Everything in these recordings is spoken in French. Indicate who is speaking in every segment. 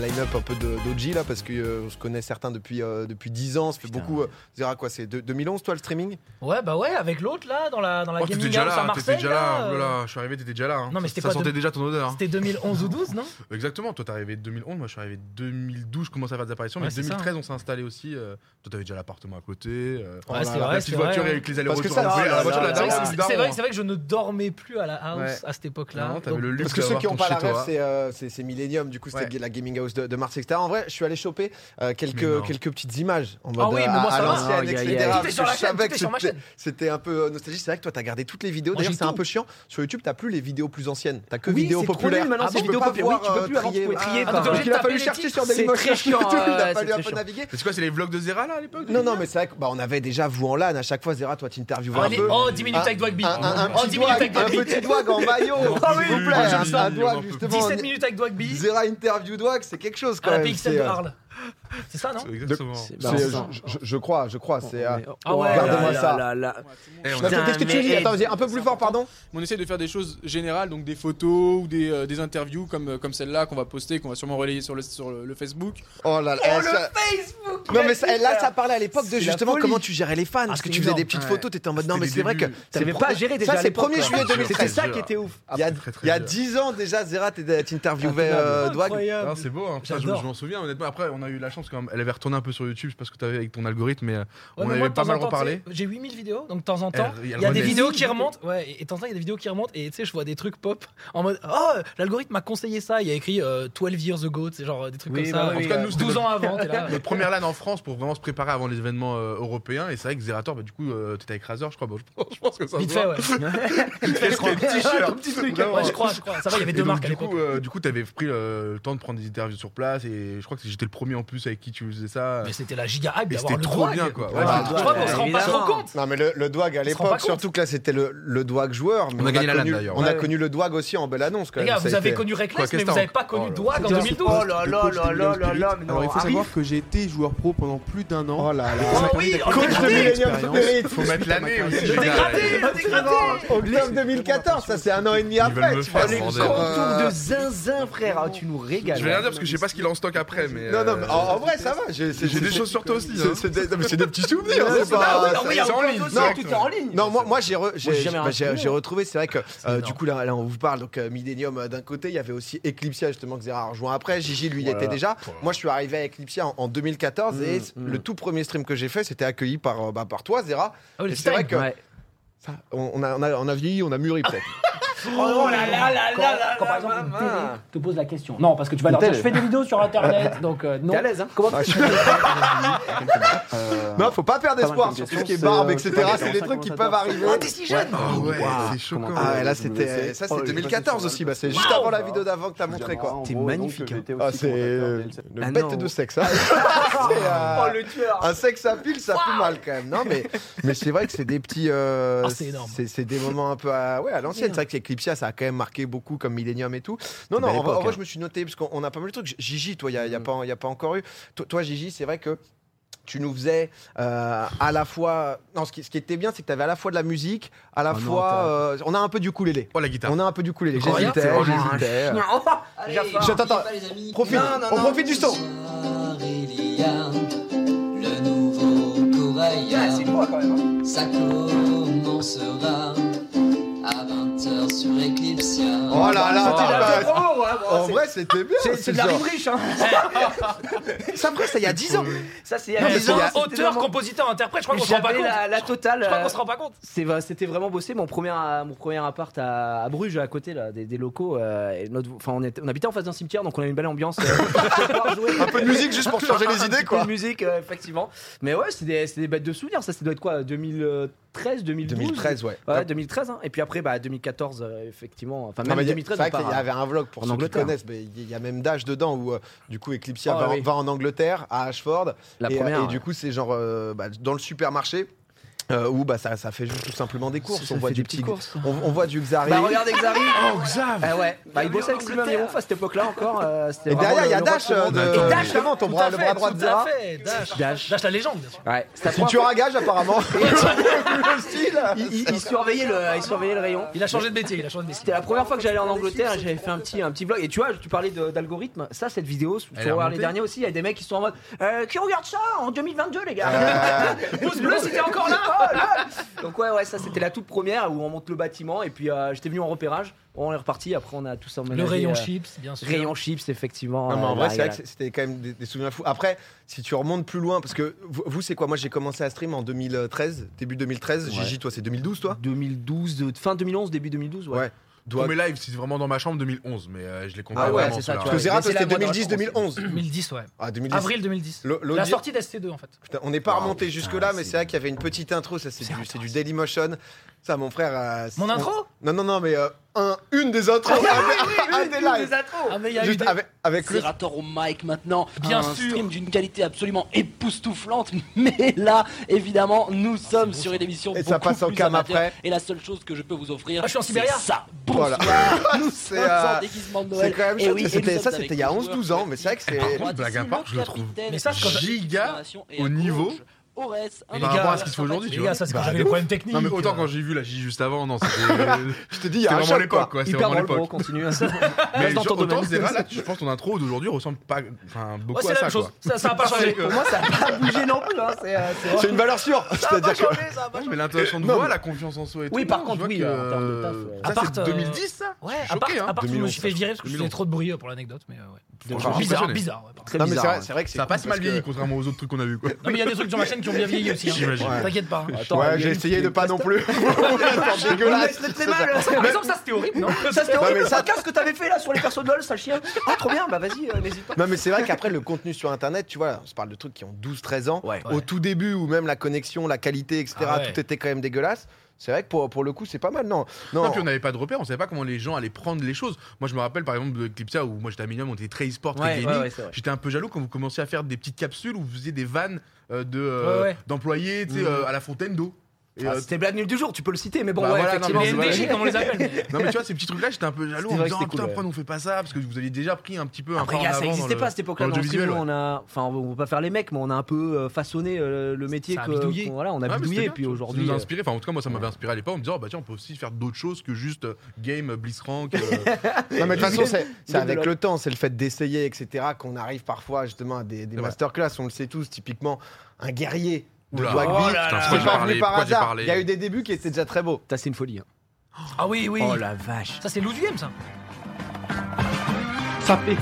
Speaker 1: line-up un peu de- d'OG là, parce que euh, on se connaît certains depuis, euh, depuis 10 ans, ça fait
Speaker 2: Putain.
Speaker 1: beaucoup. euh, Zera, quoi, c'est de- 2011 toi le streaming
Speaker 3: Ouais, bah ouais, avec l'autre là, dans la, dans la
Speaker 2: Oh, t'étais
Speaker 3: gaming
Speaker 2: déjà
Speaker 3: house à
Speaker 2: là, t'étais
Speaker 3: Marseille.
Speaker 2: déjà là.
Speaker 3: là,
Speaker 2: oh
Speaker 3: euh,
Speaker 2: là là, je suis arrivé, t'étais déjà là. hein.
Speaker 3: Non, mais c'était
Speaker 2: ça
Speaker 3: quoi,
Speaker 2: sentait
Speaker 3: de-
Speaker 2: déjà ton odeur. hein.
Speaker 3: C'était 2011 ou 12, non
Speaker 2: Exactement, toi t'es arrivé 2011, moi je suis arrivé 2012, je commençais à faire des apparitions,
Speaker 3: Ouais,
Speaker 2: mais
Speaker 3: c'est
Speaker 2: 2013 on s'est installé aussi. euh, toi t'avais déjà l'appartement à côté, euh,
Speaker 1: Ouais, c'est
Speaker 2: la
Speaker 3: vrai,
Speaker 2: petite
Speaker 3: c'est
Speaker 2: voiture
Speaker 3: vrai,
Speaker 2: avec les
Speaker 1: Parce que
Speaker 2: allers-retours.
Speaker 1: ça,
Speaker 2: en
Speaker 1: ah,
Speaker 2: vrai,
Speaker 1: là,
Speaker 2: la voiture de la
Speaker 1: là,
Speaker 3: C'est
Speaker 2: daronne,
Speaker 1: là,
Speaker 3: vrai que-
Speaker 2: du
Speaker 3: c'est-
Speaker 2: daron,
Speaker 3: c'est vrai,
Speaker 2: hein.
Speaker 3: c'est vrai que je ne dormais plus à la house
Speaker 2: Ouais.
Speaker 3: à cette époque-là.
Speaker 2: Non, t'avais
Speaker 3: Donc,
Speaker 2: le luxe
Speaker 1: Parce que ceux
Speaker 2: d'avoir
Speaker 1: qui n'ont
Speaker 2: ton hein.
Speaker 1: pas la
Speaker 2: chez-toi.
Speaker 1: rêve, c'est euh, c'est- c'est Millennium, du coup, c'était
Speaker 2: Ouais.
Speaker 1: la gaming house de, de Mars, etc. En vrai, je suis allé choper euh,
Speaker 2: Mais
Speaker 1: quelques,
Speaker 2: non.
Speaker 1: quelques petites images en mode
Speaker 3: Ah oui, mais
Speaker 1: euh,
Speaker 3: moi,
Speaker 1: à-
Speaker 3: ça
Speaker 1: à
Speaker 3: va.
Speaker 1: l'ancienne,
Speaker 2: Ah,
Speaker 1: etc.
Speaker 2: yeah, yeah.
Speaker 1: parce
Speaker 3: Tout est
Speaker 1: que
Speaker 3: sur la
Speaker 1: je savais
Speaker 3: chaîne,
Speaker 1: que
Speaker 3: tout est sur ma
Speaker 1: c'était-
Speaker 3: chaîne.
Speaker 1: c'était un peu euh, nostalgique. C'est vrai que toi, t'as gardé toutes les vidéos.
Speaker 3: Moi,
Speaker 1: D'ailleurs,
Speaker 3: j'ai
Speaker 1: c'est un
Speaker 3: tout.
Speaker 1: peu chiant. Sur YouTube, t'as plus les vidéos plus anciennes. T'as que
Speaker 4: Oui,
Speaker 1: vidéos
Speaker 4: c'est trop
Speaker 1: populaires. Ah
Speaker 4: nul, maintenant,
Speaker 1: Avant,
Speaker 4: c'est
Speaker 1: tu peux
Speaker 4: vidéos
Speaker 1: pas
Speaker 4: populaires. Oui,
Speaker 1: pouvoir,
Speaker 4: tu peux plus,
Speaker 1: euh,
Speaker 4: avant, tu pouvais trier
Speaker 3: Ah,
Speaker 4: par-
Speaker 3: t'es obligé
Speaker 1: il a
Speaker 3: de
Speaker 1: fallu
Speaker 3: taper les
Speaker 1: chercher
Speaker 3: titres.
Speaker 1: sur
Speaker 4: C'est
Speaker 1: Dailymotion.
Speaker 4: très
Speaker 1: et tout,
Speaker 4: chiant,
Speaker 1: Il a
Speaker 4: ouais,
Speaker 1: fallu
Speaker 4: c'est
Speaker 1: un
Speaker 4: très
Speaker 1: peu
Speaker 4: chiant.
Speaker 1: naviguer.
Speaker 2: Mais C'est quoi, c'est les vlogs de Zera là à l'époque
Speaker 1: Non, non, mais c'est vrai que, bah, on avait déjà vous en LAN à chaque fois. Zera, toi, t'interviewais
Speaker 3: Oh,
Speaker 1: un
Speaker 3: les-
Speaker 1: peu.
Speaker 3: oh, 10 minutes
Speaker 1: Un-
Speaker 3: avec Dwagby.
Speaker 1: Un, un- un
Speaker 3: Oh,
Speaker 1: petit
Speaker 3: 10 minutes avec
Speaker 1: doigt, un
Speaker 3: Dwagby.
Speaker 1: petit doigt en maillot,
Speaker 3: Ah oui,
Speaker 1: s'il vous
Speaker 2: oui,
Speaker 1: plaît,
Speaker 2: oui,
Speaker 1: un,
Speaker 2: oui,
Speaker 1: un
Speaker 2: oui,
Speaker 1: doigt,
Speaker 2: on peut-
Speaker 1: justement.
Speaker 3: 17 minutes avec Dwagby
Speaker 1: Zera interview Dwag, c'est quelque chose
Speaker 3: à
Speaker 1: quand
Speaker 3: la
Speaker 1: même.
Speaker 3: PXL
Speaker 1: c'est,
Speaker 3: de
Speaker 1: euh,
Speaker 3: Arles. C'est ça, non
Speaker 2: Exactement.
Speaker 4: C'est-
Speaker 1: c'est,
Speaker 4: bah,
Speaker 1: euh,
Speaker 4: on-
Speaker 1: je, je- je crois, je crois. C'est. euh,
Speaker 4: on-
Speaker 3: Ah ouais,
Speaker 1: Regardez-moi
Speaker 4: là,
Speaker 1: ça.
Speaker 4: là, là, là.
Speaker 2: Eh, on a-
Speaker 1: Attends,
Speaker 4: Putain,
Speaker 1: Qu'est-ce que tu
Speaker 4: mais-
Speaker 1: dis Attends, vas-y, un peu plus fort, pardon.
Speaker 5: Mais On essaie de faire des choses générales, donc des photos ou des, euh, des interviews comme, euh, comme celle-là qu'on va poster, qu'on va sûrement relayer sur le, sur le, le Facebook.
Speaker 1: Oh là là.
Speaker 3: Oh,
Speaker 1: eh,
Speaker 3: le
Speaker 1: ça-
Speaker 3: Facebook
Speaker 1: Non
Speaker 3: mec,
Speaker 1: mais ça- eh, là ça parlait à l'époque de
Speaker 4: C'est la
Speaker 1: justement
Speaker 4: folie.
Speaker 1: comment tu gérais les fans
Speaker 3: Ah,
Speaker 1: parce que
Speaker 3: c'est
Speaker 1: tu faisais des
Speaker 3: énorme.
Speaker 1: petites
Speaker 2: Ouais.
Speaker 1: photos t'étais en mode non
Speaker 2: C'était
Speaker 1: mais
Speaker 2: les
Speaker 1: c'est vrai que
Speaker 2: débuts.
Speaker 4: T'avais
Speaker 1: pro-
Speaker 4: pas à gérer déjà.
Speaker 1: ça
Speaker 4: à
Speaker 1: c'est
Speaker 4: l'époque,
Speaker 1: 1er
Speaker 4: quoi.
Speaker 1: juillet
Speaker 4: C'était
Speaker 1: 2013
Speaker 4: ça qui était ouf.
Speaker 1: il y a,
Speaker 2: très, très
Speaker 1: il y a
Speaker 2: dur.
Speaker 1: 10 ans déjà Zera t'étais- t'interviewais euh, Dwag
Speaker 2: Non,
Speaker 3: Incroyable.
Speaker 2: c'est beau, hein. Putain, je,
Speaker 3: J'adore.
Speaker 2: je m'en souviens honnêtement. Après, on a eu la chance quand même. Elle avait retourné un peu sur YouTube, je sais pas ce que t'avais avec ton algorithme, mais euh,
Speaker 3: Ouais,
Speaker 2: on
Speaker 3: mais
Speaker 2: avait
Speaker 3: moi, de
Speaker 2: pas
Speaker 3: temps
Speaker 2: mal
Speaker 3: en temps,
Speaker 2: reparlé.
Speaker 3: tu
Speaker 2: Eh,
Speaker 3: sais, J'ai 8000 vidéos, donc de temps en temps,
Speaker 2: Elle-
Speaker 3: il
Speaker 2: elle
Speaker 3: y a des
Speaker 2: renaît.
Speaker 3: vidéos qui remontent. Ouais, et de temps en temps, il y a des vidéos qui remontent. Et tu sais, je vois des trucs pop en mode Oh, l'algorithme m'a conseillé ça. Il y a écrit euh, 12 years ago, c'est genre des trucs
Speaker 4: Oui,
Speaker 3: comme
Speaker 4: bah
Speaker 3: ça.
Speaker 4: oui,
Speaker 3: En tout
Speaker 2: euh,
Speaker 3: cas, nous,
Speaker 2: c'était
Speaker 3: 12 ans avant, t'es là.
Speaker 2: Notre première LAN en France pour vraiment se préparer avant les événements euh, européens. Et c'est vrai que Zerator, bah, du coup, euh, t'étais avec Razor, je crois. Bon, je pense que ça
Speaker 3: Vite
Speaker 2: se
Speaker 3: fait,
Speaker 2: voit.
Speaker 3: ouais.
Speaker 2: Qu'est-ce que le t-shirt Vraiment.
Speaker 3: Ouais, je crois, je crois. Ça va, il y avait
Speaker 2: Et
Speaker 3: deux
Speaker 2: donc,
Speaker 3: marques à
Speaker 2: du
Speaker 3: l'époque.
Speaker 2: coup, euh, du coup, t'avais pris euh, le temps de prendre des interviews sur place et je crois que j'étais le premier en plus avec qui tu faisais ça.
Speaker 3: Mais c'était la giga hype
Speaker 2: Et
Speaker 3: d'avoir le
Speaker 2: c'était trop
Speaker 3: drag.
Speaker 2: bien, quoi. Ouais, bah,
Speaker 4: Ouais,
Speaker 2: c'était
Speaker 3: Je
Speaker 4: ouais,
Speaker 3: crois
Speaker 4: ouais,
Speaker 3: qu'on se rend pas
Speaker 4: évidemment.
Speaker 3: trop compte.
Speaker 1: non mais le, le Dwag à
Speaker 3: se rend pas
Speaker 1: l'époque,
Speaker 3: compte.
Speaker 1: surtout que là c'était le, le Dwag joueur. mais
Speaker 2: On a gagné la LAN,
Speaker 1: connu-
Speaker 2: d'ailleurs.
Speaker 1: On a
Speaker 4: Ouais.
Speaker 1: connu le Dwag aussi en belle annonce quand
Speaker 3: Les
Speaker 1: même.
Speaker 3: gars,
Speaker 1: ça
Speaker 3: vous
Speaker 1: a
Speaker 3: avez
Speaker 1: été-
Speaker 3: connu
Speaker 2: Quoi,
Speaker 3: Reckless, mais
Speaker 2: qu'est-ce
Speaker 3: vous
Speaker 2: que t'as
Speaker 3: avez pas
Speaker 2: Oh
Speaker 3: connu
Speaker 2: là
Speaker 3: Dwag en
Speaker 4: Putain,
Speaker 3: 2012.
Speaker 4: Oh là là là là là là. mais non,
Speaker 6: Alors il faut
Speaker 4: arrête.
Speaker 6: savoir que j'ai été joueur pro pendant plus d'un an.
Speaker 4: Oh là là.
Speaker 3: Oh oui, oh,
Speaker 1: Coach de Millennium
Speaker 6: Expérience.
Speaker 1: Spirit. Ah
Speaker 2: Faut mettre l'année aussi.
Speaker 3: le
Speaker 2: les gars.
Speaker 3: dégradé, le
Speaker 4: Ah
Speaker 3: dégradé.
Speaker 1: Octobre 2014, ça c'est un an et demi
Speaker 2: Ils veulent
Speaker 1: après.
Speaker 2: me
Speaker 1: tu vois,
Speaker 2: faire
Speaker 1: les
Speaker 2: bander.
Speaker 1: gens.
Speaker 4: Contour de zinzin, frère. Ah, Tu nous régales.
Speaker 2: Je vais rien dire parce que je sais pas ce qu'il a en stock après. Mais
Speaker 1: Non non,
Speaker 2: euh,
Speaker 1: mais en, en vrai ça va. j'ai- c'est-
Speaker 2: j'ai des
Speaker 1: c'est-
Speaker 2: choses sur toi aussi.
Speaker 1: c'est-
Speaker 2: hein.
Speaker 1: c'est des- non, mais c'est des petits souvenirs.
Speaker 4: Ouais,
Speaker 1: c'est
Speaker 4: bah
Speaker 1: pas-
Speaker 4: oui,
Speaker 1: ça-
Speaker 4: non, mais il y a
Speaker 2: C'est en
Speaker 4: encore
Speaker 2: ligne,
Speaker 4: d'autres,
Speaker 2: ça.
Speaker 4: Tout est en ligne.
Speaker 1: Non, moi, moi j'ai re- j'ai-
Speaker 4: j'ai jamais
Speaker 1: bah, j'ai-
Speaker 4: retrouvé.
Speaker 1: j'ai retrouvé. C'est vrai que euh, du
Speaker 3: énorme.
Speaker 1: coup, là, là, on vous parle. Donc, euh, Millennium euh, d'un côté, il y avait aussi Eclipsia, justement, que Zera a rejoint après. Gigi, lui, il était déjà. Moi, je suis arrivé à Eclipsia en, en 2014 et
Speaker 4: Mm, mm.
Speaker 1: le tout premier stream que j'ai fait, c'était accueilli par, euh, bah, par toi, Zera.
Speaker 3: Ah oui,
Speaker 1: Et
Speaker 3: le
Speaker 1: c'est vrai
Speaker 3: freestyle.
Speaker 1: que
Speaker 4: Ouais.
Speaker 1: ça, on, on a, on, a, on a vieilli, on a mûri peut-être.
Speaker 4: Oh là là là là là Quand par exemple une télé te pose la question. Non, parce que tu vas leur dire, je fais des vidéos sur internet, donc euh, non. T'es à l'aise, hein Comment
Speaker 1: Ah, je-
Speaker 6: Euh,
Speaker 1: non, faut pas perdre
Speaker 6: mal
Speaker 1: espoir
Speaker 6: comme
Speaker 1: sur tout
Speaker 6: question,
Speaker 1: ce qui est
Speaker 6: c'est,
Speaker 1: barbe,
Speaker 6: euh,
Speaker 1: etc.
Speaker 6: comment
Speaker 1: C'est
Speaker 6: ça
Speaker 1: des trucs qui
Speaker 6: commence à
Speaker 1: peuvent
Speaker 6: faire
Speaker 1: arriver.
Speaker 3: Oh, t'es si jeune.
Speaker 2: Ah ouais,
Speaker 6: Waouh.
Speaker 2: c'est choquant.
Speaker 6: Comment-
Speaker 1: Ah, et là,
Speaker 6: Ouais,
Speaker 1: c'était ça,
Speaker 6: oh,
Speaker 1: c'était
Speaker 6: je vais passer
Speaker 1: 2014
Speaker 6: sur la
Speaker 1: aussi. Bah, c'est
Speaker 6: note.
Speaker 1: juste
Speaker 6: Waouh.
Speaker 1: avant la vidéo d'avant que t'as montré, quoi.
Speaker 6: En
Speaker 4: T'es
Speaker 6: gros, donc,
Speaker 4: magnifique, hein.
Speaker 6: j'étais aussi
Speaker 1: Ah, c'est
Speaker 6: commentateur
Speaker 1: euh,
Speaker 6: d'LC.
Speaker 1: le
Speaker 4: Ah
Speaker 1: bête
Speaker 4: non.
Speaker 1: de sexe. hein. C'est, euh,
Speaker 4: Oh le tueur
Speaker 1: un sexe à pile, ça fait mal quand même. Non, mais, mais c'est vrai que c'est des petits. euh,
Speaker 3: Ah, c'est énorme.
Speaker 1: C'est c'est des moments un peu à, ouais, à l'ancienne. C'est vrai que Eclipsia, ça a quand même marqué beaucoup comme Millennium et tout. Non, non,
Speaker 4: belle
Speaker 1: en, vrai- en
Speaker 4: époque,
Speaker 1: vrai,
Speaker 4: hein. Mm.
Speaker 1: je me suis noté, parce qu'on on a pas mal de trucs. Gigi, toi, il n'y a, il y a, pas- il y a pas encore eu. Toi, toi, Gigi, c'est vrai que. Tu nous faisais euh, à la fois. Non, ce qui, ce qui était bien, c'est que tu avais à la fois de la musique, à la
Speaker 4: Oh non,
Speaker 1: fois.
Speaker 4: t'as-
Speaker 1: euh, on a un peu du ukulélé.
Speaker 2: Oh la guitare.
Speaker 1: On a un peu du ukulélé.
Speaker 3: Oh, rien,
Speaker 1: J'hésitais,
Speaker 2: c'est vraiment un
Speaker 1: j'hésitais.
Speaker 4: oh, ah, Jafar.
Speaker 1: J'attends, attends. Profite, on profite du son.
Speaker 7: Le nouveau
Speaker 4: Ah, C'est moi quand même hein.
Speaker 7: ça commencera à 20h sur Eclipsia.
Speaker 1: Oh là là,
Speaker 4: C'était
Speaker 1: tu
Speaker 4: Ah, la
Speaker 1: passes.
Speaker 4: vraie promo, Oh, ouais, bon,
Speaker 1: En
Speaker 4: c'est-
Speaker 1: vrai, c'était bien.
Speaker 4: c'est-
Speaker 1: ce
Speaker 4: C'est de la
Speaker 1: genre.
Speaker 4: rive riche hein
Speaker 1: Ça, après, ça, il y a 10 ans.
Speaker 4: Ça c'est
Speaker 3: Non, mais
Speaker 4: c'était
Speaker 3: c'est
Speaker 4: vraiment-
Speaker 3: auteur, compositeur, interprète, je crois qu'on se rend pas
Speaker 4: J'avais
Speaker 3: compte.
Speaker 4: la, la totale.
Speaker 3: Je crois
Speaker 4: euh,
Speaker 3: qu'on se rend pas compte.
Speaker 4: c'est vrai, c'était vraiment bossé. Mon premier, euh, mon premier appart à, à Bruges, à côté là, des, des locaux. euh, et notre, enfin, on, était- on habitait en face d'un cimetière, donc on a une belle ambiance. euh, pour pouvoir jouer.
Speaker 1: Un peu de musique juste pour changer les
Speaker 4: Un
Speaker 1: idées,
Speaker 4: petit
Speaker 1: quoi.
Speaker 4: peu de musique, euh, effectivement. Mais ouais, c'est des, c'est des bêtes de souvenirs. Ça, ça doit être quoi 2013, 2012
Speaker 1: ouais.
Speaker 4: Ouais, 2013. hein. Et puis après, bah, 2014, euh, effectivement. Enfin,
Speaker 1: Non,
Speaker 4: même
Speaker 1: mais il y a-
Speaker 4: 2013,
Speaker 1: c'est vrai
Speaker 4: on
Speaker 1: qu'il y
Speaker 4: part à-
Speaker 1: avait un vlog pour
Speaker 4: en
Speaker 1: ceux qui
Speaker 4: Angleterre.
Speaker 1: connaissent, mais il y a même Dash dedans où euh, du coup Eclipsia
Speaker 4: Oh,
Speaker 1: va,
Speaker 4: oui.
Speaker 1: va en Angleterre, à Ashford,
Speaker 4: la
Speaker 1: et, euh,
Speaker 4: première.
Speaker 1: et du coup c'est genre euh, bah, dans le supermarché. euh, où bah, ça, ça fait juste tout simplement des courses.
Speaker 4: Ça
Speaker 1: on voit
Speaker 4: fait
Speaker 1: du
Speaker 4: des
Speaker 1: petit,
Speaker 4: petites courses, quoi.
Speaker 1: on, on voit du Xari.
Speaker 4: Bah regarde Xari
Speaker 2: Oh, Xav
Speaker 4: Ah ouais, bah, il bossait avec Sylvain Mirouf à cette époque-là encore. euh, c'était
Speaker 1: et
Speaker 4: vraiment
Speaker 1: derrière,
Speaker 4: le-
Speaker 1: il y a
Speaker 4: le roi
Speaker 1: Dash,
Speaker 4: de ce
Speaker 1: euh,
Speaker 4: monde.
Speaker 1: de,
Speaker 4: Et Dash,
Speaker 1: justement, ton bras, le bras droit de
Speaker 3: Tout à
Speaker 1: Zera.
Speaker 3: fait, Dash.
Speaker 4: Dash.
Speaker 3: Dash, la légende, bien sûr.
Speaker 4: Ouais, c'est la
Speaker 1: C'est tu
Speaker 4: première
Speaker 1: un gage, apparemment. Le style.
Speaker 4: fois- il, il- il surveillait le, il surveillait le rayon.
Speaker 3: Il a changé de métier, il a changé de métier.
Speaker 4: C'était la première fois que j'allais en Angleterre et j'avais fait un petit, un petit vlog. Et tu vois, tu parlais de- d'algorithme. Ça, cette vidéo, tu
Speaker 2: Elle est
Speaker 4: vas voir les
Speaker 2: remontée.
Speaker 4: derniers aussi, il y a des mecs qui sont en mode euh, Qui regarde ça en 2022, les
Speaker 1: Euh.
Speaker 4: gars Pouce bleu, c'était encore là, oh, là Donc, ouais, ouais, ça, c'était la toute première où on monte le bâtiment. Et puis, euh, j'étais venu en repérage. Bon, on est reparti. Après, on a tous emmené.
Speaker 3: Le rayon chips, bien sûr.
Speaker 4: Rayon chips, effectivement.
Speaker 1: Non, mais en
Speaker 4: euh,
Speaker 1: vrai,
Speaker 4: là,
Speaker 1: c'est vrai
Speaker 4: là.
Speaker 1: que c'était quand même des, des souvenirs fous. Après, si tu remontes plus loin, parce que vous, vous, c'est quoi Moi, j'ai commencé à stream en 2013, début 2013. Gigi, toi, c'est 2012, toi
Speaker 4: 2012, de- fin 2011, début 2012, ouais.
Speaker 1: Ouais. Doit-
Speaker 2: Tous mes lives, c'est vraiment dans ma chambre 2011, mais euh, je les compte
Speaker 4: Ah
Speaker 2: pas
Speaker 4: ouais,
Speaker 2: vraiment,
Speaker 4: c'est ça,
Speaker 2: ceux-là.
Speaker 1: Parce
Speaker 4: tu
Speaker 1: que
Speaker 4: Ouais,
Speaker 1: Zera,
Speaker 4: mais
Speaker 1: toi,
Speaker 4: c'est
Speaker 1: c'était
Speaker 4: la
Speaker 1: 2010-2011.
Speaker 4: boîte
Speaker 3: 2010, ouais.
Speaker 1: Ah, 2010.
Speaker 3: Avril 2010.
Speaker 1: L'au-
Speaker 3: La
Speaker 1: l'audio-
Speaker 3: sortie d'ST2, en fait.
Speaker 1: Putain, on n'est pas
Speaker 4: Wow,
Speaker 1: remonté
Speaker 4: putain,
Speaker 1: jusque-là, mais
Speaker 4: c'est-
Speaker 1: c'est vrai qu'il y avait une petite intro. Ça, c'est du, c'est du Dailymotion. Ça, mon frère. euh, c'est-
Speaker 3: Mon
Speaker 1: on-
Speaker 3: intro
Speaker 1: Non, non, non, mais euh, un- une des intros. avec, un des lives.
Speaker 3: Ah, mais il y a eu
Speaker 1: Juste
Speaker 3: des-
Speaker 1: avec, avec le.
Speaker 8: Zerator au mic maintenant,
Speaker 3: Bien
Speaker 8: un
Speaker 3: sûr.
Speaker 8: stream d'une qualité absolument époustouflante, mais là, évidemment,
Speaker 2: Ah,
Speaker 8: nous sommes sur une émission
Speaker 1: Et ça
Speaker 8: beaucoup
Speaker 1: passe en
Speaker 8: plus
Speaker 1: cam
Speaker 8: amateur.
Speaker 1: après.
Speaker 8: Et la seule chose que je peux vous offrir,
Speaker 3: Ah, je suis en
Speaker 8: c'est
Speaker 3: Sibéria.
Speaker 8: ça.
Speaker 1: Voilà.
Speaker 8: Bonsoir, nous
Speaker 1: C'est,
Speaker 8: sommes
Speaker 1: euh,
Speaker 8: en déguisement de Noël.
Speaker 1: C'est quand même
Speaker 8: Et
Speaker 1: chouette.
Speaker 8: oui, et
Speaker 1: C'était-
Speaker 8: nous
Speaker 1: Ça,
Speaker 8: sommes
Speaker 1: c'était il y a
Speaker 8: avec
Speaker 1: 11-12 ans, mais c'est vrai que c'est.
Speaker 8: Par contre,
Speaker 2: blague à
Speaker 8: Sylvain,
Speaker 2: part, je le trouve
Speaker 8: capitaine
Speaker 3: Mais ça,
Speaker 8: de
Speaker 3: quand-
Speaker 2: giga
Speaker 8: Et
Speaker 2: au
Speaker 8: à
Speaker 2: niveau
Speaker 8: gauche, Aurès,
Speaker 3: Mais
Speaker 2: par
Speaker 8: un
Speaker 3: les gars,
Speaker 2: rapport à ce qu'il faut aujourd'hui,
Speaker 3: Les
Speaker 2: tu
Speaker 3: gars,
Speaker 2: vois.
Speaker 3: ça, c'est quand
Speaker 2: Bah,
Speaker 3: j'avais
Speaker 2: de
Speaker 3: les
Speaker 2: ouf.
Speaker 3: problèmes techniques.
Speaker 2: Non, mais autant quand
Speaker 3: euh,
Speaker 2: j'ai vu la J juste avant, non, c'était. euh,
Speaker 1: Je te dis, il y
Speaker 2: C'était
Speaker 1: a un
Speaker 2: vraiment
Speaker 1: choc, quoi.
Speaker 2: l'époque, quoi. C'était
Speaker 4: Hyper
Speaker 2: vraiment
Speaker 4: drôle, bro,
Speaker 2: l'époque.
Speaker 4: continue.
Speaker 2: Mais
Speaker 4: Reste dans
Speaker 2: genre,
Speaker 4: ton
Speaker 2: autant
Speaker 4: domaine.
Speaker 2: Zera, là, je pense que ton intro d'aujourd'hui ressemble pas, enfin, beaucoup
Speaker 3: Ouais, c'est
Speaker 2: à
Speaker 3: la
Speaker 2: ça,
Speaker 3: même chose.
Speaker 2: quoi.
Speaker 3: Ça, ça a pas changé.
Speaker 4: Pour moi, ça n'a pas bougé non plus. Hein. C'est, euh, c'est
Speaker 1: C'est
Speaker 4: vrai.
Speaker 1: une valeur sûre. C'est-à-dire que.
Speaker 3: ça a pas
Speaker 2: Ouais, mais l'intonation de
Speaker 1: Non,
Speaker 2: voix,
Speaker 1: mais-
Speaker 2: la confiance en soi et tout.
Speaker 4: Oui, par
Speaker 2: je
Speaker 4: contre,
Speaker 2: vois
Speaker 4: oui,
Speaker 2: que,
Speaker 4: en termes de taf,
Speaker 2: euh,
Speaker 4: ouais.
Speaker 2: ça,
Speaker 3: À part,
Speaker 2: c'est
Speaker 3: euh,
Speaker 2: 2010, ça
Speaker 3: Ouais,
Speaker 2: Je suis
Speaker 3: à part,
Speaker 2: choqué, hein.
Speaker 3: à part que je me
Speaker 2: 2011,
Speaker 3: suis fait virer parce que je faisais
Speaker 2: 2011.
Speaker 3: trop de bruit euh, pour l'anecdote, mais euh, ouais.
Speaker 2: Franchement,
Speaker 3: bizarre,
Speaker 2: impressionné.
Speaker 3: bizarre. ouais, pardon.
Speaker 4: Très
Speaker 1: Non, mais c'est
Speaker 4: bizarre. hein.
Speaker 1: vrai- c'est vrai que c'est
Speaker 2: Ça
Speaker 1: cool
Speaker 2: passe mal
Speaker 1: parce que-
Speaker 2: vieilli, contrairement aux autres trucs qu'on a vu, quoi.
Speaker 3: Non, mais il y a des trucs sur ma chaîne qui ont bien vieilli aussi. hein.
Speaker 2: J'imagine.
Speaker 1: Ouais.
Speaker 3: T'inquiète pas. hein.
Speaker 4: Attends,
Speaker 1: ouais,
Speaker 4: il y
Speaker 1: j'ai
Speaker 4: a eu-
Speaker 1: essayé de pas non plus. C'est dégueulasse.
Speaker 4: Très mal.
Speaker 3: Par exemple, ça, c'était horrible, non
Speaker 4: Ça, c'était
Speaker 1: Non, mais
Speaker 4: horrible.
Speaker 1: ça-
Speaker 4: Ça... Qu'est-ce que t'avais fait là sur les persos de LoL, sale chien Ah, trop bien, bah vas-y, euh, n'hésite pas.
Speaker 1: Non, mais c'est vrai qu'après le contenu sur internet, tu vois, on se parle de trucs qui ont 12-13 ans.
Speaker 4: Ouais.
Speaker 1: Au tout début, où même la connexion, la qualité, etc.,
Speaker 3: Ah ouais.
Speaker 1: tout était quand même dégueulasse. C'est vrai que pour, pour le coup, c'est pas mal, non
Speaker 2: Non,
Speaker 1: Non,
Speaker 2: puis on n'avait pas de repères, on savait pas comment les gens allaient prendre les choses. Moi, je me rappelle par exemple de Clipsia où moi j'étais à Minimum, on était très e-sport, très
Speaker 4: Ouais,
Speaker 2: gaming.
Speaker 4: ouais, ouais, c'est vrai.
Speaker 2: J'étais un peu jaloux quand vous commenciez à faire des petites capsules où vous faisiez des vannes euh, de, euh,
Speaker 3: Ouais, ouais.
Speaker 2: d'employés tu sais, euh, à la fontaine d'eau. Et,
Speaker 4: Ah,
Speaker 2: euh,
Speaker 4: C'était blague nulle du jour, tu peux le citer, mais bon,
Speaker 2: Bah
Speaker 4: ouais,
Speaker 2: voilà, non,
Speaker 4: effectivement.
Speaker 2: mais
Speaker 3: Les
Speaker 6: euh,
Speaker 2: c'est vrai.
Speaker 3: NDJ, comme on les appelle. mais-
Speaker 2: Non, mais tu vois, ces petits trucs-là, j'étais un peu jaloux
Speaker 4: C'était
Speaker 2: en me
Speaker 4: vrai que
Speaker 2: disant,
Speaker 4: c'était
Speaker 2: ah, putain,
Speaker 4: cool,
Speaker 2: pourquoi on fait pas ça Parce que vous aviez déjà pris un petit peu un
Speaker 4: Après,
Speaker 2: pas en
Speaker 4: gars, ça
Speaker 2: avant
Speaker 4: n'existait
Speaker 2: dans
Speaker 4: pas à
Speaker 2: le-
Speaker 4: cette époque-là.
Speaker 2: dans
Speaker 4: Dans le stream,
Speaker 2: l'audiovisuel,
Speaker 4: nous, on a, enfin, on va pas faire les mecs, mais on a un peu euh, façonné euh, le métier.
Speaker 3: Ça a
Speaker 4: que-
Speaker 3: bidouillé.
Speaker 4: qu'on- voilà, on a
Speaker 2: Ouais, mais c'était
Speaker 4: bidouillé.
Speaker 2: bien,
Speaker 4: Et puis
Speaker 2: tu vois.
Speaker 4: aujourd'hui,
Speaker 2: Ça nous a
Speaker 4: euh,
Speaker 2: inspiré. Enfin, en tout cas, moi, ça m'avait inspiré à l'époque en me disant, bah tiens, on peut aussi faire d'autres choses que juste euh, game, euh, Blitzcrank. euh,
Speaker 1: Non, mais de toute façon, c'est c'est
Speaker 4: de
Speaker 1: avec
Speaker 4: l'autre.
Speaker 1: le temps, c'est le fait d'essayer, etc., qu'on arrive parfois justement à des, des
Speaker 2: Ouais.
Speaker 1: masterclass. On le sait tous, typiquement, un guerrier de
Speaker 2: Oula.
Speaker 1: rugby,
Speaker 2: Oh là là.
Speaker 1: c'est
Speaker 2: Pourquoi
Speaker 1: pas
Speaker 2: j'ai
Speaker 1: venu
Speaker 2: parlé
Speaker 1: par
Speaker 2: Pourquoi j'ai
Speaker 1: hasard.
Speaker 2: parlé
Speaker 1: Il y a eu des débuts qui étaient déjà très beaux.
Speaker 4: Putain, c'est une folie. hein.
Speaker 3: Ah oui, oui.
Speaker 4: Oh la vache.
Speaker 3: Ça, c'est l'ODM, ça.
Speaker 6: Ça fait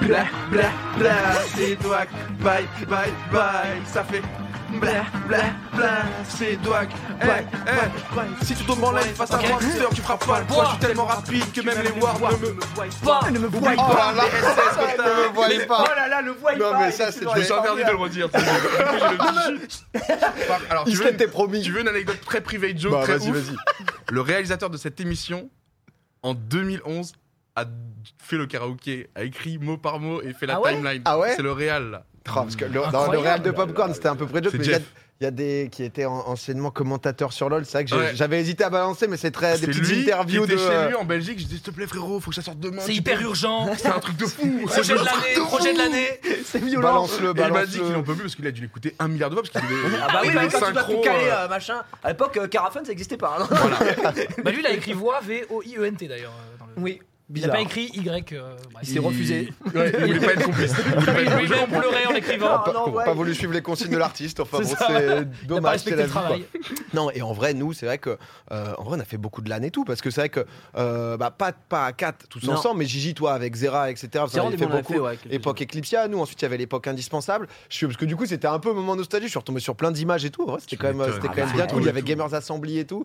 Speaker 6: bla bla bla, c'est Doak, bye bye bye, ça fait bla bla bla, c'est Doak, bye bye bye. Si tu tombes en live face à
Speaker 3: Eh, Ok.
Speaker 6: moi, sœur, tu frappes pas le poids. Je suis tellement rapide que même les warps ne me voient
Speaker 3: Pas.
Speaker 4: Ne me
Speaker 1: Oh
Speaker 4: vois
Speaker 1: là
Speaker 4: pas.
Speaker 1: là, ne me voyez pas.
Speaker 4: Oh là là, le voile
Speaker 1: Non,
Speaker 4: pas.
Speaker 1: mais ça, c'est
Speaker 2: Je me suis interdit de le redire. tu sais. Par- Alors, tu
Speaker 1: Il se
Speaker 2: veux,
Speaker 1: l'était
Speaker 2: une,
Speaker 1: promis.
Speaker 2: tu veux une anecdote très privée, Joe
Speaker 1: Bah,
Speaker 2: très
Speaker 1: vas-y,
Speaker 2: ouf
Speaker 1: vas-y.
Speaker 2: Le réalisateur de cette émission, en 2011, a fait le karaoké, a écrit mot par mot et fait la
Speaker 3: Ah ouais
Speaker 2: timeline.
Speaker 1: Ah ouais
Speaker 2: c'est le réal. là.
Speaker 1: Oh, parce que le, dans le
Speaker 3: Incroyable.
Speaker 1: réel de Popcorn, c'était un peu près de
Speaker 2: C'est
Speaker 1: mais il y a-
Speaker 2: Jeff.
Speaker 1: il y a des qui étaient an- anciennement commentateurs sur LoL. C'est vrai que j'ai-
Speaker 2: Ouais.
Speaker 1: j'avais hésité à balancer, mais c'est très des
Speaker 2: C'est
Speaker 1: petites
Speaker 2: lui
Speaker 1: interviews
Speaker 2: qui
Speaker 1: de.
Speaker 2: était
Speaker 1: euh,
Speaker 2: chez lui en Belgique. J'ai dit, s'il te plaît, frérot, faut que ça sorte demain.
Speaker 3: C'est
Speaker 2: tu
Speaker 3: hyper
Speaker 2: peux-
Speaker 3: urgent.
Speaker 2: C'est un truc de fou.
Speaker 3: Projet de l'année, projet de l'année.
Speaker 4: C'est violent.
Speaker 1: Balance-le,
Speaker 2: Et il m'a
Speaker 1: balance
Speaker 2: dit qu'il en peut plus parce qu'il a dû l'écouter un milliard de fois parce qu'il devait.
Speaker 4: Ah bah oui,
Speaker 2: il
Speaker 4: bah,
Speaker 2: devait
Speaker 4: oui, quand tu dois tout
Speaker 2: synchro,
Speaker 4: caler,
Speaker 2: euh,
Speaker 4: euh, machin. À l'époque, euh, Carafun, ça n'existait pas. hein.
Speaker 3: Bah, lui, il a écrit voix, V-O-I-E-N-T d'ailleurs. euh, dans le-
Speaker 4: Oui,
Speaker 3: Il a
Speaker 4: bizarre.
Speaker 3: pas écrit Y. euh, bref.
Speaker 4: Il s'est refusé.
Speaker 2: ouais, il voulait pas être complice. Il voulait pas
Speaker 3: Il
Speaker 2: être-
Speaker 3: a
Speaker 2: je
Speaker 3: même
Speaker 2: comprends.
Speaker 3: pleuré en l'écrivant.
Speaker 4: Ah, non, ouais.
Speaker 1: pas voulu suivre les consignes de l'artiste. Enfin
Speaker 3: C'est
Speaker 1: bon,
Speaker 3: ça.
Speaker 1: c'est
Speaker 3: Il a pas
Speaker 1: dommage. c'est
Speaker 3: respecté
Speaker 1: la
Speaker 3: le
Speaker 1: vie, quoi.
Speaker 3: travail.
Speaker 1: Non, et en vrai, nous, c'est vrai que euh, en vrai, on a fait beaucoup de LAN et tout, parce que c'est vrai que euh, bah, pas, pas à 4 tous
Speaker 4: Non.
Speaker 1: ensemble, mais Gigi, toi, avec Zera, etc. vous en
Speaker 4: C'est
Speaker 1: avez
Speaker 4: vraiment
Speaker 1: fait
Speaker 4: des bons
Speaker 1: beaucoup.
Speaker 4: lives, ouais, quelques-uns.
Speaker 1: époque Eclipsia, nous, ensuite, il y avait l'époque indispensable. Je suis, parce que du coup, c'était un peu un moment nostalgique. Je suis retombé sur plein d'images et tout. En vrai, C'était
Speaker 2: Tu
Speaker 1: quand même,
Speaker 2: m'étonnes.
Speaker 1: c'était
Speaker 2: Ah
Speaker 1: quand même
Speaker 2: bah,
Speaker 1: bien
Speaker 2: c'est
Speaker 1: cool. Il y
Speaker 2: tout.
Speaker 1: avait Gamers Assembly et tout.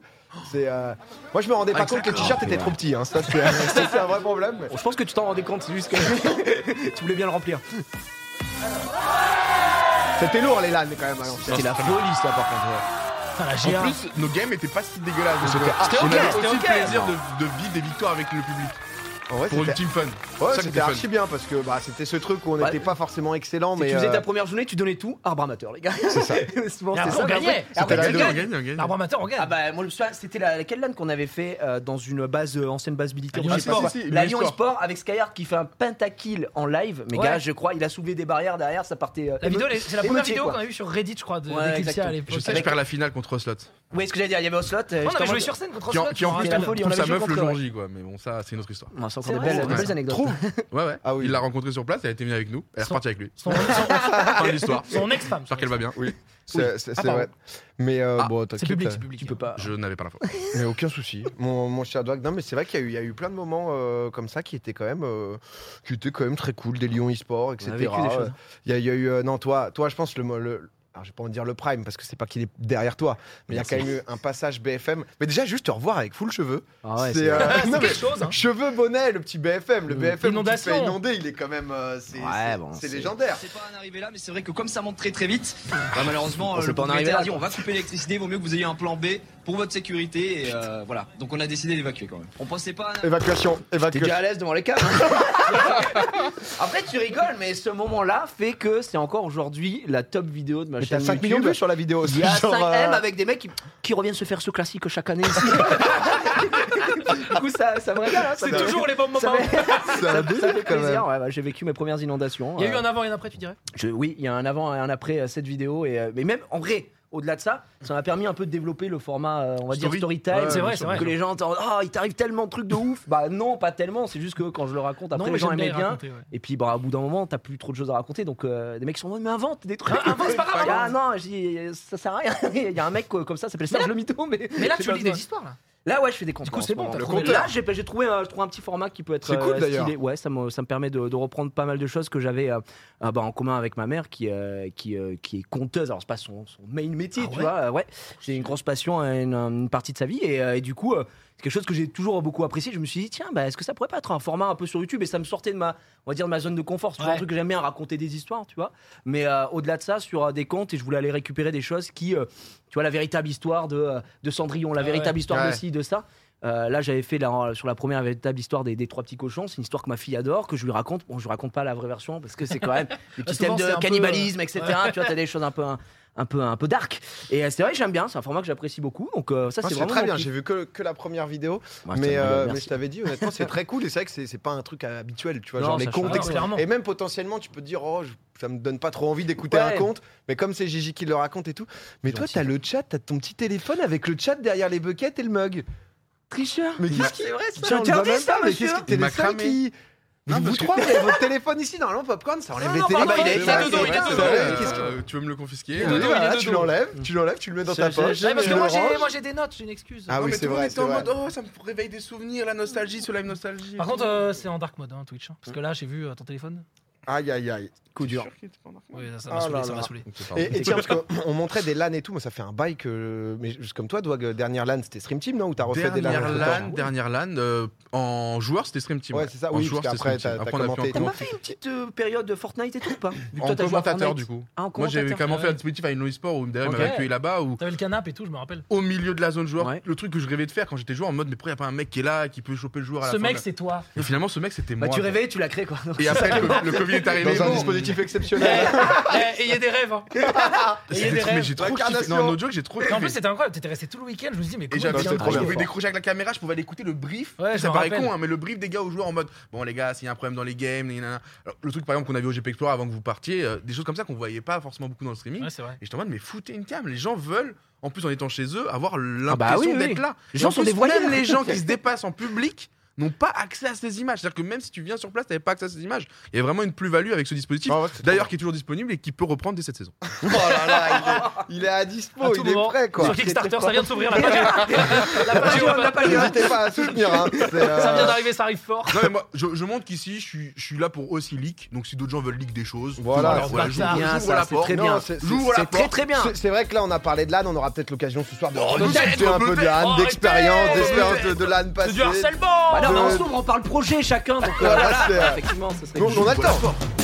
Speaker 1: C'est, euh, Moi, je me rendais pas
Speaker 2: Ah,
Speaker 1: compte que le t-shirt était trop petit. hein. Ça, c'est ça, c'est un vrai problème. mais-
Speaker 4: Je pense que tu t'en rendais compte, c'est juste que tu voulais bien le remplir.
Speaker 1: C'était lourd, les LAN, quand même, à l'ancienne.
Speaker 4: C'était la folie, ça, par contre.
Speaker 3: Putain, la GA.
Speaker 2: En plus, nos games étaient pas si dégueulasses.
Speaker 1: C'était
Speaker 2: on
Speaker 1: archi
Speaker 2: avait
Speaker 1: mal.
Speaker 2: aussi le plaisir de, de vivre des victoires avec le public.
Speaker 1: En vrai,
Speaker 2: Pour une
Speaker 1: c'était-
Speaker 2: team fun.
Speaker 1: ouais,
Speaker 2: ça que
Speaker 1: c'était
Speaker 2: t'es fun.
Speaker 1: archi bien parce que bah, c'était ce truc où on
Speaker 4: Bah,
Speaker 1: n'était pas forcément excellent,
Speaker 4: Si
Speaker 1: mais
Speaker 4: tu faisais
Speaker 1: euh,
Speaker 4: ta première journée, tu donnais tout, arbre amateur, les gars.
Speaker 1: c'est ça.
Speaker 4: C'est bon,
Speaker 3: Mais
Speaker 4: c'est
Speaker 3: après,
Speaker 4: ça.
Speaker 3: on gagnait.
Speaker 4: Et
Speaker 1: C'était
Speaker 4: après,
Speaker 1: la
Speaker 4: tu
Speaker 1: deux.
Speaker 2: On
Speaker 4: gagnes.
Speaker 2: gagne, on gagne.
Speaker 3: L'arbre amateur, on gagne.
Speaker 4: Ah bah moi je me souviens, c'était la, quelle LAN qu'on avait fait euh, dans une base, euh, ancienne base militaire.
Speaker 3: La Lyon
Speaker 4: je sais pas,
Speaker 3: e-sport.
Speaker 4: quoi.
Speaker 2: Si, si,
Speaker 4: la
Speaker 2: Lyon
Speaker 4: Lyon e-sport avec Skyhard qui fait un pentakill en live. Mais
Speaker 3: Ouais.
Speaker 4: gars, je crois, il a soulevé des barrières derrière, ça partait. euh,
Speaker 3: La vidéo, elle est- c'est la première
Speaker 4: émeutier,
Speaker 3: vidéo qu'on
Speaker 4: quoi.
Speaker 3: a vue sur Reddit, je crois, de
Speaker 4: Ouais,
Speaker 3: d'Eclipsia à
Speaker 4: exactement.
Speaker 3: l'époque.
Speaker 2: Je sais que je perds la finale contre Slot.
Speaker 4: Oui, ce que j'allais dire, il y avait Ocelot. euh,
Speaker 3: Non, on
Speaker 4: justement,
Speaker 3: avait joué
Speaker 4: je-
Speaker 3: sur scène contre
Speaker 2: Qui en,
Speaker 3: Oslo,
Speaker 2: qui en
Speaker 3: je me
Speaker 2: plus
Speaker 4: la
Speaker 3: rappelle.
Speaker 4: folie, on
Speaker 2: trouve
Speaker 4: l'avait
Speaker 2: sa
Speaker 4: joué
Speaker 2: meuf le
Speaker 4: contre,
Speaker 2: jour J, quoi. Mais bon, ça, c'est une autre histoire.
Speaker 4: Ouais, C'est encore
Speaker 3: C'est
Speaker 4: des
Speaker 3: vrai,
Speaker 4: belles, des
Speaker 2: ouais.
Speaker 4: belles anecdotes.
Speaker 1: Trouve.
Speaker 2: Ouais, ouais.
Speaker 1: Ah oui.
Speaker 2: Il l'a rencontrée sur place, elle était venue avec nous, elle est
Speaker 3: Son-
Speaker 2: repartie avec lui.
Speaker 3: Son, son-
Speaker 2: Fin de l'histoire.
Speaker 3: son ex-femme.
Speaker 2: J'espère qu'elle va bien.
Speaker 1: Oui, c'est
Speaker 4: Ah,
Speaker 1: c'est- c'est
Speaker 3: pardon.
Speaker 1: vrai. Mais euh,
Speaker 2: Ah,
Speaker 1: bon,
Speaker 3: C'est
Speaker 1: t'inquiète,
Speaker 3: public,
Speaker 1: euh,
Speaker 3: c'est public.
Speaker 4: Tu peux pas.
Speaker 2: Je n'avais pas l'info.
Speaker 1: mais aucun souci. Mon, mon cher Doig, non, mais c'est vrai qu'il y, a eu- il y a eu plein de moments euh, comme ça qui étaient quand même, euh, qui étaient quand même très cool, des Lions e-sport, etc.
Speaker 4: a vécu des choses. hein.
Speaker 1: Euh, Il y, a- il y a eu, euh, non, toi, toi, je pense le, mo- le alors, je vais pas me dire le prime parce que c'est pas qu'il est derrière toi, mais il y a quand même eu un passage BFM. Mais déjà, juste te revoir avec full cheveux.
Speaker 4: Ah ouais,
Speaker 1: C'est,
Speaker 4: c'est-
Speaker 1: euh, non,
Speaker 3: C'est
Speaker 1: mais
Speaker 3: quelque chose. hein.
Speaker 1: Cheveux, bonnet, le petit BFM, le
Speaker 4: Mm.
Speaker 1: BFM où tu te fais
Speaker 3: Inondation.
Speaker 1: inonder, il est quand même, euh, c'est
Speaker 4: Ouais,
Speaker 1: c'est-
Speaker 4: bon,
Speaker 1: c'est
Speaker 4: c'est-
Speaker 1: légendaire.
Speaker 8: C'est pas en arrivé là, mais c'est vrai que comme ça monte très très vite, bah, malheureusement,
Speaker 4: On
Speaker 8: euh,
Speaker 4: sait
Speaker 8: le
Speaker 4: pas en
Speaker 8: propriétaire
Speaker 4: arriver là,
Speaker 8: a dit
Speaker 4: quoi.
Speaker 8: on va couper l'électricité, vaut mieux que vous ayez un plan B pour votre sécurité. Et, euh, voilà, donc on a décidé d'évacuer quand même. On pensait pas. à-
Speaker 1: Évacuation,
Speaker 4: T'es
Speaker 1: évacuation.
Speaker 4: déjà à l'aise devant les câbles. hein. Après, tu rigoles, mais ce moment-là fait que c'est encore aujourd'hui la top vidéo de ma
Speaker 1: Mais
Speaker 4: chaîne.
Speaker 1: t'as 5
Speaker 4: YouTube.
Speaker 1: millions de vues sur la vidéo.
Speaker 4: Il y a
Speaker 1: c'est genre,
Speaker 4: 5 M
Speaker 1: euh,
Speaker 4: avec des mecs qui, qui reviennent se faire ce classique chaque année. du coup, ça, ça me régale. hein, ça
Speaker 3: C'est
Speaker 4: me-
Speaker 3: toujours les bons moments.
Speaker 4: Ça fait,
Speaker 1: c'est un
Speaker 4: ça
Speaker 1: délire,
Speaker 4: fait
Speaker 1: quand même.
Speaker 4: plaisir. ouais, bah, J'ai vécu mes premières inondations.
Speaker 3: Il y a eu
Speaker 4: euh,
Speaker 3: un avant et un après, tu dirais
Speaker 4: je- oui, il y a un avant et un après euh, cette vidéo. Et, euh, mais même en vrai, au-delà de ça, ça m'a permis un peu de développer le format, euh, on va
Speaker 2: Story.
Speaker 4: dire, story time.
Speaker 2: Ouais,
Speaker 3: C'est vrai, c'est
Speaker 4: Que
Speaker 3: vrai.
Speaker 4: les gens entendent, ah, il t'arrive tellement de trucs de ouf. Bah non, pas tellement. C'est juste que quand je le raconte,
Speaker 3: Non,
Speaker 4: après
Speaker 3: mais
Speaker 4: les gens
Speaker 3: j'aime bien
Speaker 4: aimaient
Speaker 3: les
Speaker 4: bien.
Speaker 3: raconter, ouais.
Speaker 4: Et puis, bah, au bout d'un moment, t'as plus trop de choses à raconter. Donc, euh, des mecs sont en mode, mais invente des trucs.
Speaker 3: Ah, invente, c'est pas grave,
Speaker 4: Ah non, j'ai- ça sert à rien. Il y a un mec euh, comme ça, ça s'appelle Serge Le Mito. Mais,
Speaker 3: Mais là,
Speaker 4: j'ai
Speaker 3: tu
Speaker 4: pas
Speaker 3: lis
Speaker 4: besoin.
Speaker 3: des histoires, là.
Speaker 4: Là, ouais, je fais des comptes.
Speaker 3: Du coup, c'est bon, t'as
Speaker 4: Le
Speaker 3: trouvé
Speaker 4: Là, j'ai j'ai trouvé, un- je trouve un petit format qui peut être
Speaker 1: C'est cool,
Speaker 4: euh,
Speaker 1: d'ailleurs.
Speaker 4: stylé. Ouais, ça me, ça me permet de, de reprendre pas mal de choses que j'avais euh, euh, bah, en commun avec ma mère qui, euh, qui, euh, qui est conteuse. Alors, c'est pas son, son main métier,
Speaker 3: Ah
Speaker 4: tu
Speaker 3: ouais
Speaker 4: vois. euh, ouais, j'ai une grosse passion, euh, une, une partie de sa vie. Et, euh, et du coup, euh, c'est quelque chose que j'ai toujours beaucoup apprécié. Je me suis dit, tiens, bah, est-ce que ça pourrait pas être un format un peu sur YouTube Et ça me sortait de ma, on va dire, de ma zone de confort. C'est toujours
Speaker 3: Ouais.
Speaker 4: un truc que j'aime bien, raconter des histoires, tu vois. Mais euh, au-delà de ça, sur euh, des comptes, et je voulais aller récupérer des choses qui, euh, tu vois, la véritable histoire de, euh, de Cendrillon, la
Speaker 3: Ah ouais.
Speaker 4: véritable histoire
Speaker 1: Ouais.
Speaker 4: de ci, de ça. Euh, là, j'avais fait la- sur la première véritable histoire des, des trois petits cochons. C'est une histoire que ma fille adore, que je lui raconte. Bon, je lui raconte pas la vraie version parce que c'est quand même des petits
Speaker 3: Souvent,
Speaker 4: thèmes
Speaker 3: c'est un
Speaker 4: de
Speaker 3: peu,
Speaker 4: cannibalisme,
Speaker 1: euh,
Speaker 4: etc.
Speaker 3: ouais.
Speaker 4: Tu vois, t'as des choses un peu, un, un peu, un peu dark. Et euh, c'est vrai, que j'aime bien. C'est un format que j'apprécie beaucoup. Donc euh, ça,
Speaker 1: Moi,
Speaker 4: c'est
Speaker 1: C'est
Speaker 4: vraiment
Speaker 1: très
Speaker 4: mon
Speaker 1: bien,
Speaker 4: kiff.
Speaker 1: j'ai vu que, que la première vidéo,
Speaker 4: Ouais,
Speaker 1: mais,
Speaker 4: c'est un
Speaker 1: euh,
Speaker 4: bon,
Speaker 1: mais
Speaker 4: merci.
Speaker 1: je t'avais dit, honnêtement, c'est très cool et c'est vrai que c'est c'est pas un truc habituel, tu vois,
Speaker 4: Non,
Speaker 1: genre les
Speaker 4: ça
Speaker 1: comptes.
Speaker 4: change.
Speaker 1: etc.
Speaker 3: clairement.
Speaker 1: Et même potentiellement, tu peux te dire, oh, je- ça me donne pas trop envie d'écouter
Speaker 4: Ouais.
Speaker 1: un conte, mais comme c'est Gigi qui le raconte et tout. Mais toi,
Speaker 4: Gentil.
Speaker 1: t'as le chat, t'as ton petit téléphone avec le chat derrière les buckets et le mug. Tricheur Mais qu'est-ce qui.
Speaker 4: C'est
Speaker 1: Tiens, on le voit
Speaker 4: interdit,
Speaker 1: même
Speaker 4: ça,
Speaker 1: pas, mais
Speaker 4: monsieur
Speaker 1: qu'est-ce qui. T'es
Speaker 2: Il m'a
Speaker 1: les seuls
Speaker 2: cramé.
Speaker 1: qui.
Speaker 2: Non,
Speaker 1: Vous, vous
Speaker 2: parce que-
Speaker 1: trois, vous avez votre téléphone ici, normalement, Popcorn, ça enlève les téléphones.
Speaker 3: pardon,
Speaker 4: il est-
Speaker 1: C'est
Speaker 4: il est
Speaker 1: vrai,
Speaker 3: dedans,
Speaker 1: c'est
Speaker 3: il est
Speaker 1: vrai, c'est
Speaker 3: dedans.
Speaker 1: vrai, Ah,
Speaker 2: Euh,
Speaker 1: qu'est-ce que-
Speaker 2: tu veux me le confisquer
Speaker 1: Et
Speaker 2: euh,
Speaker 1: voilà,
Speaker 2: il est
Speaker 1: tu
Speaker 2: dedans.
Speaker 1: l'enlèves, tu l'enlèves, tu le mets dans
Speaker 4: Je-
Speaker 1: ta
Speaker 4: je-
Speaker 1: poche.
Speaker 3: Ouais, Parce
Speaker 1: tu
Speaker 3: que
Speaker 1: le
Speaker 3: moi, j'ai-
Speaker 1: ranges.
Speaker 3: moi, j'ai des notes, j'ai une excuse.
Speaker 1: Ah oui,
Speaker 2: Non, mais
Speaker 1: c'est
Speaker 2: tout le
Speaker 1: vrai.
Speaker 2: monde était en
Speaker 1: c'est vrai.
Speaker 2: mode oh, ça me réveille des souvenirs, la nostalgie, sur la nostalgie.
Speaker 3: Par contre, euh, c'est en dark mode hein, Twitch. hein. parce que là, j'ai vu euh, ton téléphone.
Speaker 1: Aïe, aïe, aïe. Coup dur.
Speaker 3: Oui, ça
Speaker 1: Oh
Speaker 3: m'a saoulé,
Speaker 1: là
Speaker 3: ça m'a
Speaker 1: là.
Speaker 3: saoulé.
Speaker 2: Ok, pardon.
Speaker 1: Et, et tiens, parce qu'on montrait des LAN et tout, mais ça fait un bail que. Mais juste comme toi, Doig, euh, dernière LAN, c'était Stream Team, non Ou t'as refait des LAN
Speaker 2: Dernière
Speaker 1: entre-temps
Speaker 2: LAN, dernière LAN, euh, en joueur c'était Stream Team.
Speaker 1: Ouais, c'est ça,
Speaker 2: En
Speaker 1: oui,
Speaker 2: joueur,
Speaker 1: parce
Speaker 2: c'était Stream
Speaker 1: qu'après, t'as
Speaker 2: Team.
Speaker 1: t'as
Speaker 2: Après, on a fait
Speaker 1: commenté.
Speaker 2: en
Speaker 4: T'as pas fait une petite euh, période de Fortnite et tout, ou pas Vu que
Speaker 2: En
Speaker 4: toi, t'as joué à
Speaker 2: commentateur
Speaker 4: Fortnite.
Speaker 2: du coup.
Speaker 4: Ah, en
Speaker 2: Moi j'avais
Speaker 4: commentateur.
Speaker 2: carrément
Speaker 3: Ah
Speaker 2: fait
Speaker 3: ouais.
Speaker 2: un petit type à une e-sport où derrière, il
Speaker 3: Ok.
Speaker 2: m'avait accueilli là-bas où
Speaker 3: T'avais le canap et tout, je me rappelle.
Speaker 2: au milieu de la zone joueur,
Speaker 4: Ouais.
Speaker 2: le truc que je rêvais de faire quand j'étais joueur en mode mais pourquoi y a pas un mec qui est là qui peut choper le joueur à la
Speaker 3: Ce
Speaker 2: fin
Speaker 3: mec,
Speaker 2: de la-
Speaker 3: c'est toi.
Speaker 2: Et finalement ce mec c'était
Speaker 4: Bah,
Speaker 2: moi.
Speaker 4: tu réveilles, tu l'as créé quoi. Donc,
Speaker 2: Et après le, le Covid est arrivé.
Speaker 1: Dans un
Speaker 2: bon,
Speaker 1: dispositif
Speaker 3: Eh,
Speaker 1: exceptionnel.
Speaker 3: eh, Et il y a des rêves. hein. Et il y a
Speaker 2: j'ai-
Speaker 3: des
Speaker 2: Mais
Speaker 3: rêves.
Speaker 2: j'ai trop kiffé.
Speaker 1: L'incarnation.
Speaker 2: Non, no joke, j'ai trop
Speaker 3: Et
Speaker 2: kiffé.
Speaker 3: en plus, c'était incroyable. T'étais resté tout le week-end. Je me suis dit, mais
Speaker 2: Et
Speaker 3: comment
Speaker 4: bah,
Speaker 2: j'avais
Speaker 3: il vient
Speaker 1: c'est
Speaker 2: je
Speaker 1: trop bien.
Speaker 2: pouvais décrocher avec la caméra, je pouvais aller écouter le brief.
Speaker 3: Ouais, je
Speaker 2: ça
Speaker 3: me
Speaker 2: paraît
Speaker 3: rappelle.
Speaker 2: con, hein, mais le brief des gars aux joueurs en mode Bon, les gars, s'il y a un problème dans les games, nanana. Alors, le truc par exemple qu'on avait au GP Explorer avant que vous partiez, euh, des choses comme ça qu'on voyait pas forcément beaucoup dans le streaming.
Speaker 3: Ouais, c'est vrai.
Speaker 2: Et j'étais en mode Mais foutez une cam, les gens veulent, en plus en étant chez eux, avoir l'impression
Speaker 4: bah oui, oui,
Speaker 2: d'être
Speaker 4: oui.
Speaker 2: là.
Speaker 4: Les
Speaker 2: Et
Speaker 4: gens
Speaker 2: en
Speaker 4: sont
Speaker 2: plus,
Speaker 4: des voyeurs.
Speaker 2: Même les gens qui se dépassent en public n'ont pas accès à ces images. C'est-à-dire que même si tu viens sur place, t'avais pas accès à ces images. Il y a vraiment une plus-value avec ce dispositif.
Speaker 1: Ah ouais, c'est
Speaker 2: D'ailleurs, qui est toujours disponible et qui peut reprendre dès cette saison.
Speaker 1: trop bien. Oh là là, il est- il est à
Speaker 3: À
Speaker 1: dispo,
Speaker 3: tout
Speaker 1: il est
Speaker 3: moment,
Speaker 1: prêt, quoi.
Speaker 3: Sur Kickstarter, ça vient de s'ouvrir la page.
Speaker 4: la page, on l'a pas créé.
Speaker 1: N'hésitez pas à soutenir. hein. C'est, euh,
Speaker 3: Ça vient d'arriver, ça arrive fort.
Speaker 2: Non mais moi, je, je montre qu'ici, je suis, je suis là pour aussi leak. Donc si d'autres gens veulent leak des choses,
Speaker 1: Voilà.
Speaker 2: voilà, voilà,
Speaker 3: C'est
Speaker 2: j'ouvre
Speaker 4: bien,
Speaker 2: j'ouvre
Speaker 4: ça,
Speaker 2: la
Speaker 4: c'est
Speaker 2: porte.
Speaker 4: très
Speaker 1: non,
Speaker 4: bien.
Speaker 1: c'est- c'est-
Speaker 2: J'ouvre la
Speaker 4: C'est très
Speaker 2: porte.
Speaker 4: très bien.
Speaker 1: c'est- C'est vrai que là, on a parlé de LAN, on aura peut-être l'occasion ce soir de
Speaker 2: Oh,
Speaker 1: discuter un
Speaker 2: peut-être,
Speaker 1: peu de LAN,
Speaker 3: peut-être.
Speaker 1: d'expérience,
Speaker 3: Oh,
Speaker 1: d'expérience de-
Speaker 3: peut-être.
Speaker 1: de LAN
Speaker 3: Ah, C'est
Speaker 1: passée.
Speaker 3: du harcèlement
Speaker 4: Bah non, mais on
Speaker 1: Euh,
Speaker 4: s'ouvre, on parle projet chacun. Donc euh,
Speaker 1: Voilà, c'est, euh,
Speaker 4: voilà, effectivement, ce serait.
Speaker 1: Donc, on a le temps.